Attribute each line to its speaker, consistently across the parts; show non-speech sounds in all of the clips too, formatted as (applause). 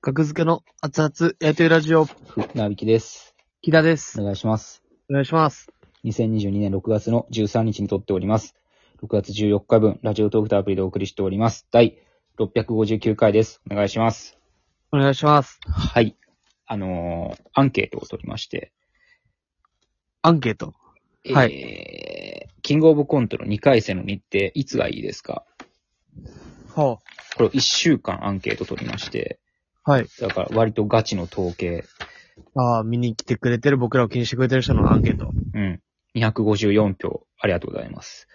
Speaker 1: 格付けの熱々やりとりラジオ、
Speaker 2: なびきです。
Speaker 1: 木田です。
Speaker 2: お願いします。
Speaker 1: お願いします。
Speaker 2: 2022年6月の13日に撮っております。6月14日分、ラジオトークとアプリでお送りしております。第659回です。お願いします。
Speaker 1: お願いします。
Speaker 2: はい。あのー、アンケートを取りまして。
Speaker 1: アンケート。はい
Speaker 2: えー、キングオブコントの2回戦の日程、いつがいいですか
Speaker 1: は
Speaker 2: これを1週間アンケート取りまして。
Speaker 1: あ、はい。
Speaker 2: だから割とガチの統計。
Speaker 1: ああ、見に来てくれてる僕らを気にしてくれてる人のアンケート。
Speaker 2: うん。254票。ありがとうございます。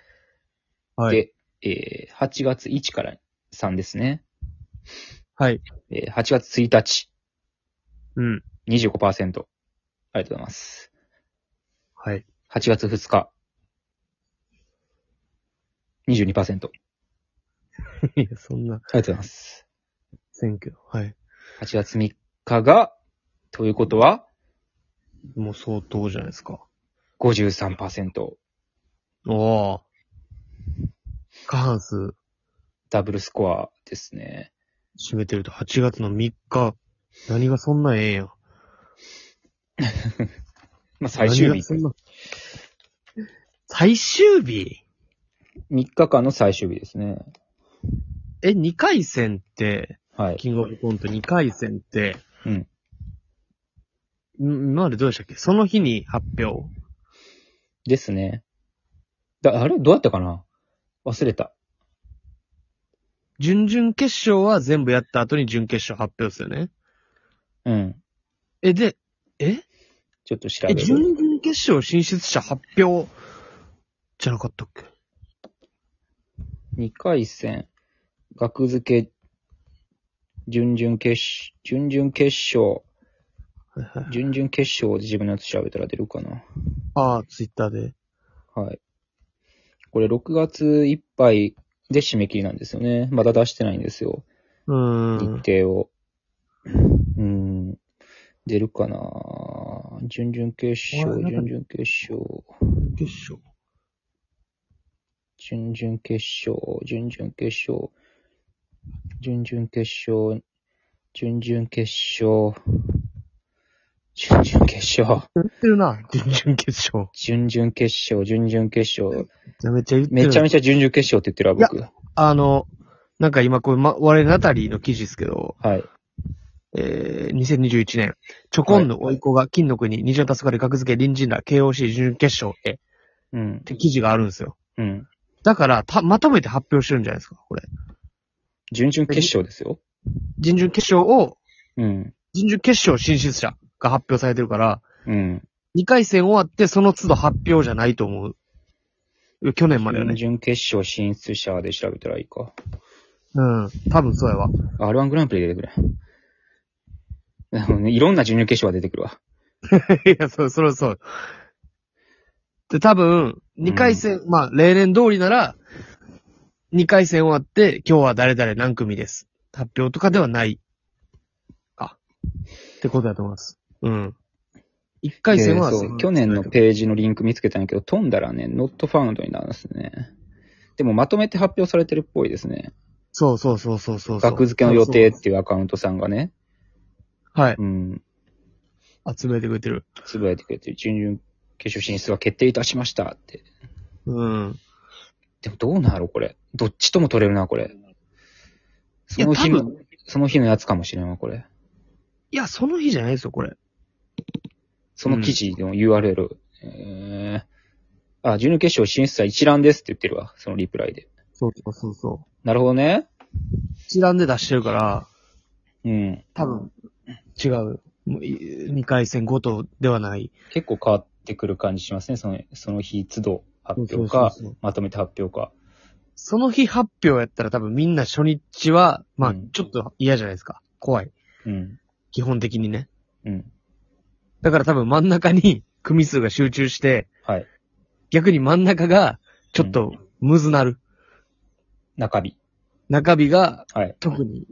Speaker 1: はい。
Speaker 2: で、えー8月1から3ですね。
Speaker 1: はい。
Speaker 2: えー8月1日、
Speaker 1: うん。
Speaker 2: 25%。ありがとうございます。
Speaker 1: はい。 (laughs)
Speaker 2: 8月2日、22%。ありがと
Speaker 1: いや、そんな、
Speaker 2: うございます。
Speaker 1: 選挙。はい。
Speaker 2: 8月3日が、ということは、
Speaker 1: もう相当じゃないですか。
Speaker 2: 53%。
Speaker 1: おお。過半数
Speaker 2: ダブルスコアですね。
Speaker 1: 占めてると8月の3日。何がそんなええんや。
Speaker 2: まあ、最終
Speaker 1: 何
Speaker 2: 日
Speaker 1: が。そんな最終日
Speaker 2: 3日間の最終日ですね。
Speaker 1: え、2回戦って、
Speaker 2: はい。
Speaker 1: キングオブコント2回戦って、
Speaker 2: うん。
Speaker 1: ん今までどうでしたっけその日に発表。
Speaker 2: ですね。だ、あれどうやったかな忘れた。
Speaker 1: 準々決勝は全部やった後に準決勝発表ですよね。
Speaker 2: うん。
Speaker 1: え、で、え
Speaker 2: ちょっと調べ
Speaker 1: え、
Speaker 2: る。
Speaker 1: 準々決勝進出者発表じゃなかったっけ
Speaker 2: 2回戦、学付け、準々決勝、準々決勝、
Speaker 1: はいはい
Speaker 2: 準々決勝で自分のやつ調べたら出るかな。
Speaker 1: ああ、ツイッターで。
Speaker 2: はい。これ6月いっぱいで締め切りなんですよね。まだ出してないんですよ。
Speaker 1: う
Speaker 2: 日
Speaker 1: ーん。
Speaker 2: 程を。うん。出るかな準々決
Speaker 1: あれな
Speaker 2: 勝、
Speaker 1: んか
Speaker 2: 準々決勝、
Speaker 1: 決勝。
Speaker 2: 準々決勝、準々決勝、準々決勝、準々決勝、準々決勝、
Speaker 1: やってるな、準々決勝。
Speaker 2: 準々決勝、準々決勝、
Speaker 1: めちゃめちゃ言ってる。
Speaker 2: めちゃめ
Speaker 1: ち
Speaker 2: ちゃ準々決勝って言ってるわ、僕。
Speaker 1: ゃ。あの、なんか今これ、ま、我々ナタリーの記事ですけど、
Speaker 2: はい。
Speaker 1: えー、2021年、チョコンの甥い子が金の国、二条黄昏格付け隣人ら KOC 準々決勝へ、
Speaker 2: うん
Speaker 1: っ。て記事があるんですよ。
Speaker 2: うん。
Speaker 1: だから、た、まとめて発表してるんじゃないですか、これ。
Speaker 2: 準々決勝ですよ。
Speaker 1: 準々決勝を、
Speaker 2: うん。
Speaker 1: 準々決勝進出者が発表されてるから、
Speaker 2: うん。
Speaker 1: 2回戦終わってその都度発表じゃないと思う。去年までよ
Speaker 2: 準
Speaker 1: ね。
Speaker 2: 々決勝進出者で調べたらいいか。
Speaker 1: うん。多分そうやわ。
Speaker 2: R1 グランプリ出てくれ。なるほどねいろんな準々決勝が出てくるわ。
Speaker 1: (laughs) いや、そう、それはそう。で、多分、2回戦、まあ、例年通りなら、2回戦終わって、今日は誰々何組です。発表とかではない。あ。ってことだと思います。うん。1回戦は、
Speaker 2: で
Speaker 1: そ
Speaker 2: そうう、去年のページのリンク見つけたんやけど、飛んだらね、not found になるんですね。でもまとめて発表されてるっぽいですね。
Speaker 1: そうそうそうそうそうそう。
Speaker 2: 額付けの予定っていうアカウントさんがね、
Speaker 1: はい。
Speaker 2: うん、
Speaker 1: 集めてくれてる。
Speaker 2: つぶやいてくれて、準々決勝進出が決定いたしましたって。
Speaker 1: うん。
Speaker 2: でもどうなるこれ。どっちとも取れるな、これ。その日
Speaker 1: いや多
Speaker 2: の、その日のやつかもしれんわ、これ。
Speaker 1: いや、その日じゃないですよ、これ。
Speaker 2: その記事の URL。えー、あ、準々決勝進出者一覧ですって言ってるわ、そのリプライで。
Speaker 1: そうそうそうそ
Speaker 2: なるほどね。
Speaker 1: う。一覧で出してるから、
Speaker 2: うん。
Speaker 1: 多分、違う。2回戦ごとではない。
Speaker 2: 結構変わってくる感じしますね。そのその日、都度発表か、
Speaker 1: そうそうそう
Speaker 2: まとめて発表か。
Speaker 1: その日発表やったら多分みんな初日は、ま
Speaker 2: う
Speaker 1: あ
Speaker 2: ん、
Speaker 1: ちょっと嫌じゃないですか。怖い。
Speaker 2: うん。
Speaker 1: 基本的にね。
Speaker 2: うん。
Speaker 1: だから多分真ん中に組数が集中して、
Speaker 2: はい。
Speaker 1: 逆に真ん中がちょっとむずなる。
Speaker 2: 中日。
Speaker 1: 中日が
Speaker 2: はい。
Speaker 1: 特に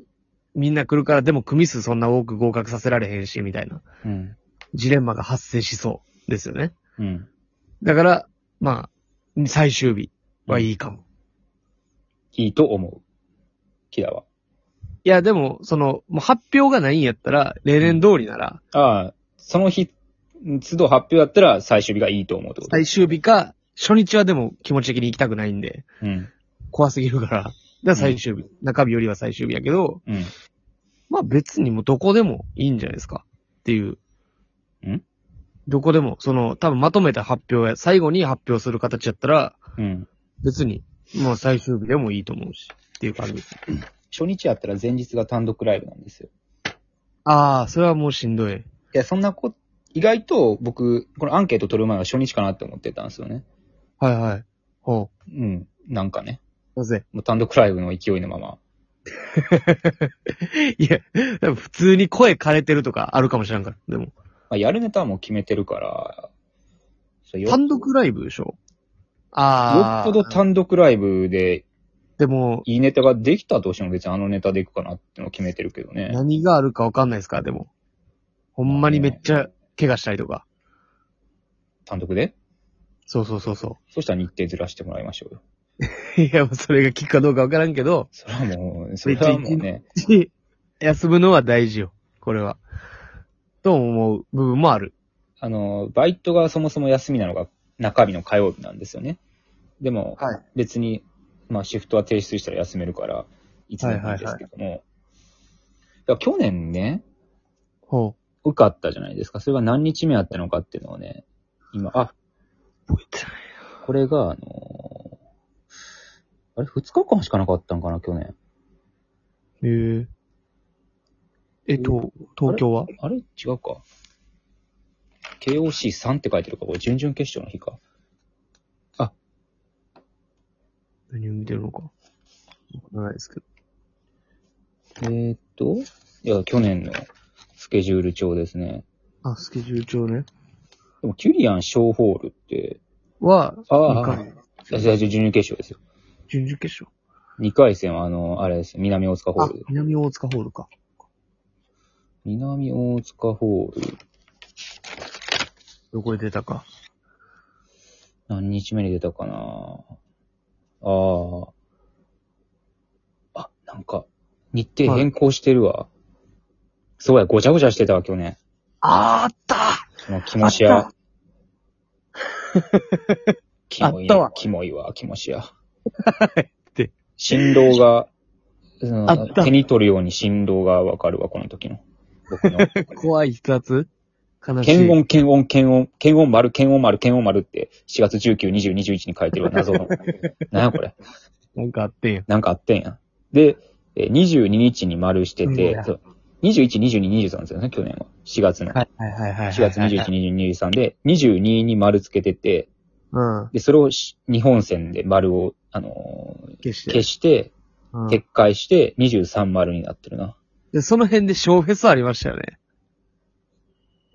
Speaker 1: みんな来るからでも組数そんな多く合格させられへんし、みたいな
Speaker 2: うん。
Speaker 1: ジレンマが発生しそうですよね。
Speaker 2: うん。
Speaker 1: だから、まあ、最終日はいいかも。
Speaker 2: いいと思う。キラは。
Speaker 1: いや、でも、その、もう発表がないんやったら、例年通りなら、
Speaker 2: ああ、その日、都度発表だったら最終日がいいと思うってこと
Speaker 1: 最終日か、初日はでも気持ち的に行きたくないんで、
Speaker 2: うん。
Speaker 1: 怖すぎるから。じゃ最終日。中日よりは最終日やけど、
Speaker 2: うん。
Speaker 1: まあ別にもうどこでもいいんじゃないですか。っていう。
Speaker 2: ん
Speaker 1: どこでも、その、多分まとめた発表や、最後に発表する形やったら、
Speaker 2: うん。
Speaker 1: 別に、もう最終日でもいいと思うし、っていう感じです。
Speaker 2: 初日やったら前日が単独ライブなんですよ。
Speaker 1: ああ、それはもうしんどい。
Speaker 2: いや、そんなこ、意外と僕、このアンケート取る前は初日かなって思ってたんですよね。
Speaker 1: はいはい。ほ
Speaker 2: うん。なんかね。
Speaker 1: う。なぜ (laughs)
Speaker 2: もう単独ライブの勢いのまま。
Speaker 1: いや、でも普通に声枯れてるとかあるかもしれんから。でも、
Speaker 2: まあ、やるネタはもう決めてるから、そうよよっ
Speaker 1: 単独ライブでしょああ。
Speaker 2: ぽど単独ライブで
Speaker 1: でも、
Speaker 2: いいネタができたとしても別にあのネタでいくかなってのを決めてるけどね。
Speaker 1: 何があるかわかんないですから、でも。ほんまにめっちゃ怪我したりとか。
Speaker 2: 単独で
Speaker 1: そうそうそうそ
Speaker 2: そしたら日程ずらしてもらいましょうよ。
Speaker 1: う。 (laughs) いや、もうそれが効くかどうかわからんけど、 (laughs)
Speaker 2: それはもう、それはもうね、
Speaker 1: 休むのは大事よ。これは。と思う部分もある。
Speaker 2: あの、バイトがそもそも休みなのが中日の火曜日なんですよね。でも、
Speaker 1: はい
Speaker 2: 別に、まあシフトは提出したら休めるから、いつでもいいんですけども。だから去年ね、
Speaker 1: ほ
Speaker 2: 受かったじゃないですか。それが何日目あったのかっていうのをね、今、あ、
Speaker 1: う。覚えてない。
Speaker 2: これが、あのーあれ、二日間しかなかったんかな、去年。
Speaker 1: ええ。え、と、東京は
Speaker 2: あれ違うか。KOC3 って書いてるか、これ準々決勝の日か。
Speaker 1: 何を見てるのか。わからないですけど。
Speaker 2: えー、っと、いや、去年のスケジュール帳ですね。
Speaker 1: あ、スケジュール帳ね。
Speaker 2: でも、キュリアン・ショーホールって、
Speaker 1: は、
Speaker 2: ああ
Speaker 1: 二回
Speaker 2: 最初、準々決勝ですよ。
Speaker 1: 準々決勝。
Speaker 2: 2回戦は、あの、あれですよ、南大塚ホ
Speaker 1: あ
Speaker 2: ール。、
Speaker 1: 南大塚ホールか。
Speaker 2: 南大塚ホール、
Speaker 1: どこで出たか。
Speaker 2: 何日目に出たかなああ。あ、なんか、日程変更してるわ。そうや、ごちゃごちゃしてたわ、去年。
Speaker 1: あーあった
Speaker 2: その気持ちや。 (laughs) キモい
Speaker 1: あったわ
Speaker 2: キモいわ、気持ちや。
Speaker 1: (laughs) て
Speaker 2: 振動が、
Speaker 1: あった
Speaker 2: 手に取るように振動がわかるわ、この時の。僕の。
Speaker 1: (laughs) 怖い筆圧悲しい。
Speaker 2: 検温、検温、検温、検温丸、検温丸、検温丸って、4月19、20、21に書いてるわ謎
Speaker 1: (laughs)
Speaker 2: の。なんやこれ。
Speaker 1: なんかあってんや。
Speaker 2: なんかあってんや。で、えー22日に丸して
Speaker 1: う
Speaker 2: て
Speaker 1: わ、
Speaker 2: そう21、22、23ですよね、去年は。4月の。
Speaker 1: い
Speaker 2: 4
Speaker 1: はいはいはいはい
Speaker 2: 月21、22、23で、22に丸つけてて、
Speaker 1: うん。
Speaker 2: で、それをし日本線で丸を、あのー
Speaker 1: 決して。
Speaker 2: 消して、
Speaker 1: うん
Speaker 2: 撤回して、23丸になってるな。
Speaker 1: で、その辺で小フェスありましたよね。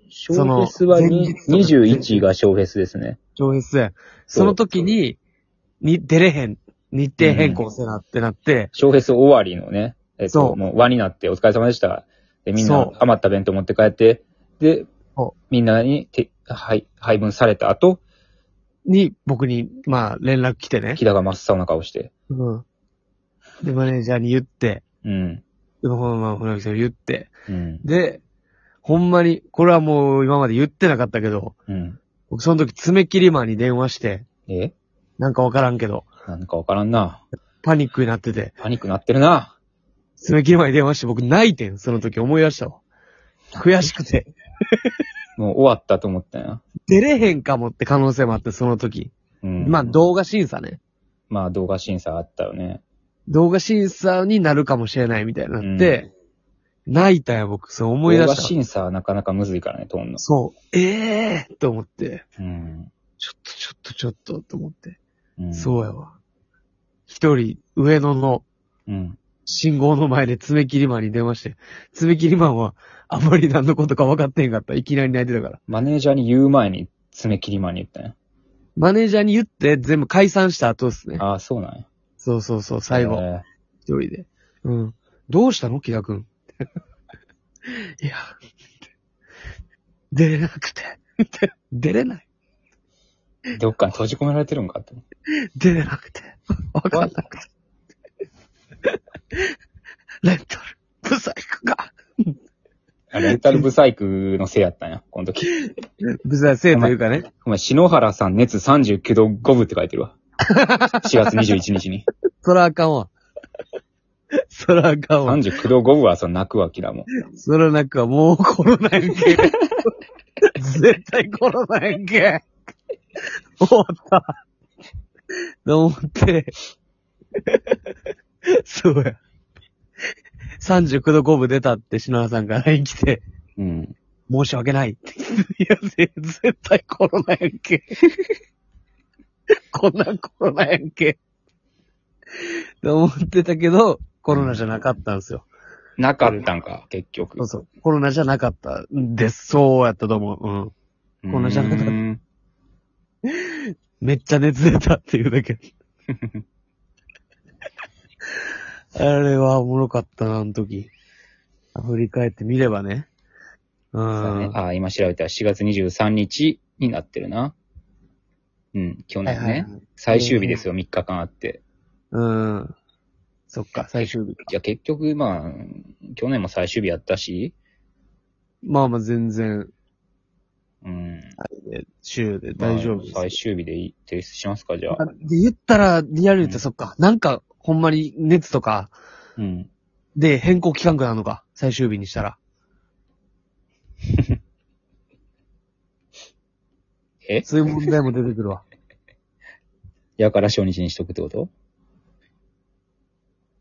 Speaker 2: 小フェスは
Speaker 1: 前
Speaker 2: に
Speaker 1: 日とか
Speaker 2: 21が小フェスですね。
Speaker 1: 小フェスや。
Speaker 2: そう
Speaker 1: その時に、に、出れへん。日程変更せなってなって、
Speaker 2: 小フェス終わりのね、えっ
Speaker 1: そ
Speaker 2: と、
Speaker 1: う
Speaker 2: もう輪になってお疲れ様でした。で、みんな
Speaker 1: そう
Speaker 2: 余った弁当持って帰って、で
Speaker 1: そ、
Speaker 2: みんなにて配配分された後、
Speaker 1: に、僕に、まあ、連絡来てね
Speaker 2: 木。田が真っ青な顔して、
Speaker 1: うん。で、マネージャーに言って、
Speaker 2: うん、
Speaker 1: で、ほんま、ほんま、言って。
Speaker 2: うん、
Speaker 1: で、ほんまに、これはもう今まで言ってなかったけど、
Speaker 2: うん。
Speaker 1: 僕その時爪切りマンに電話して、
Speaker 2: え
Speaker 1: なんかわからんけど、
Speaker 2: なんかわからんな。
Speaker 1: パニックになってて、
Speaker 2: パニックなってるな。
Speaker 1: 爪切りマンに電話して僕泣いてん、その時思い出したわ。悔しくて。
Speaker 2: もう終わったと思ったんや。
Speaker 1: 出れへんかもって可能性もあって、その時。
Speaker 2: うん。
Speaker 1: まあ、動画審査ね。
Speaker 2: まあ動画審査あったよね。
Speaker 1: 動画審査になるかもしれないみたいになって、泣いたよ、僕。そう思い出
Speaker 2: 動画
Speaker 1: した。
Speaker 2: 審査はなかなかむずいからね、通んの。
Speaker 1: そう。ええー、と思って。
Speaker 2: うん。
Speaker 1: ちょっと、ちょっと、ちょっと、と思って。
Speaker 2: うん、
Speaker 1: そうやわ。一人、上野の
Speaker 2: うん。
Speaker 1: 信号の前で爪切りマンに電話して、爪切りマンはあんまり何のことか分かってへんかった。いきなり泣いてたから。
Speaker 2: マネージャーに言う前に、爪切りマンに言ったんや。
Speaker 1: マネージャーに言って、全部解散した後ですね。
Speaker 2: ああ、そうなんや。
Speaker 1: そうそうそう、最後。
Speaker 2: え
Speaker 1: 一人で。うん。どうしたの木田くん。いや、出れなくて。出れない。
Speaker 2: ーどっかに閉じ込められてるんかって。
Speaker 1: 出れなくて。わかんなくて。レンタル。
Speaker 2: メンタルブサイクのせいやったんや、この時。
Speaker 1: ブザー生というかね。
Speaker 2: お前、篠原さん熱39度5分って書いてる (laughs) わ。4月21日に。
Speaker 1: そらあかんわ。そらあかんわ。
Speaker 2: 39度5分は、その泣くわ、キラも。
Speaker 1: そらなんかもうコロナやんけ。絶対コロナやんけ。終わった。と思って。そうや。39度5分出たって篠原さんから LINE 来て、
Speaker 2: うん。
Speaker 1: 申し訳ないって。いや、ぜ絶対コロナやんけ。こんなんコロナやんけ。と思ってたけど、コロナじゃなかったんですよ。
Speaker 2: なかったんか、結局。
Speaker 1: そうそう。コロナじゃなかったんです。そうやったと思う。うん。
Speaker 2: うーん
Speaker 1: こんなじゃなかっためっちゃ熱出たっていうだ (laughs) け。あれはおもろかったな、あの時。振り返ってみればね。う
Speaker 2: そうね
Speaker 1: ん。
Speaker 2: ああ、今調べたら4月23日になってるな。うん、去年ね。
Speaker 1: はいはいはい
Speaker 2: 最終日ですよ、3日間あって。
Speaker 1: うん。そっか、最終日か。
Speaker 2: いや、結局、まあ、去年も最終日やったし、
Speaker 1: まあまあ全然、
Speaker 2: うん。
Speaker 1: 週で大丈夫
Speaker 2: ま
Speaker 1: で
Speaker 2: あ最
Speaker 1: す。
Speaker 2: 終日でい提出しますか、じゃあ。
Speaker 1: あで言ったら、リアルに言った
Speaker 2: うん
Speaker 1: らそっか。なんか、ほんまに熱とか、
Speaker 2: うん。
Speaker 1: で変更期間くなるのか。最終日にしたら。
Speaker 2: え
Speaker 1: そういう問題も出てくるわ。
Speaker 2: やから初日にしとくってこと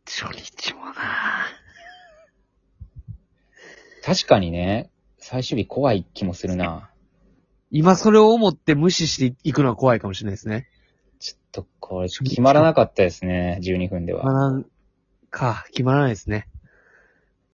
Speaker 1: 初日もな
Speaker 2: 確かにね、最終日怖い気もするな。
Speaker 1: 今それを思って無視していくのは怖いかもしれないですね。
Speaker 2: ちょっと、これ、決まらなかったですね、12分で
Speaker 1: まあ
Speaker 2: は。
Speaker 1: なんか、決まらないですね。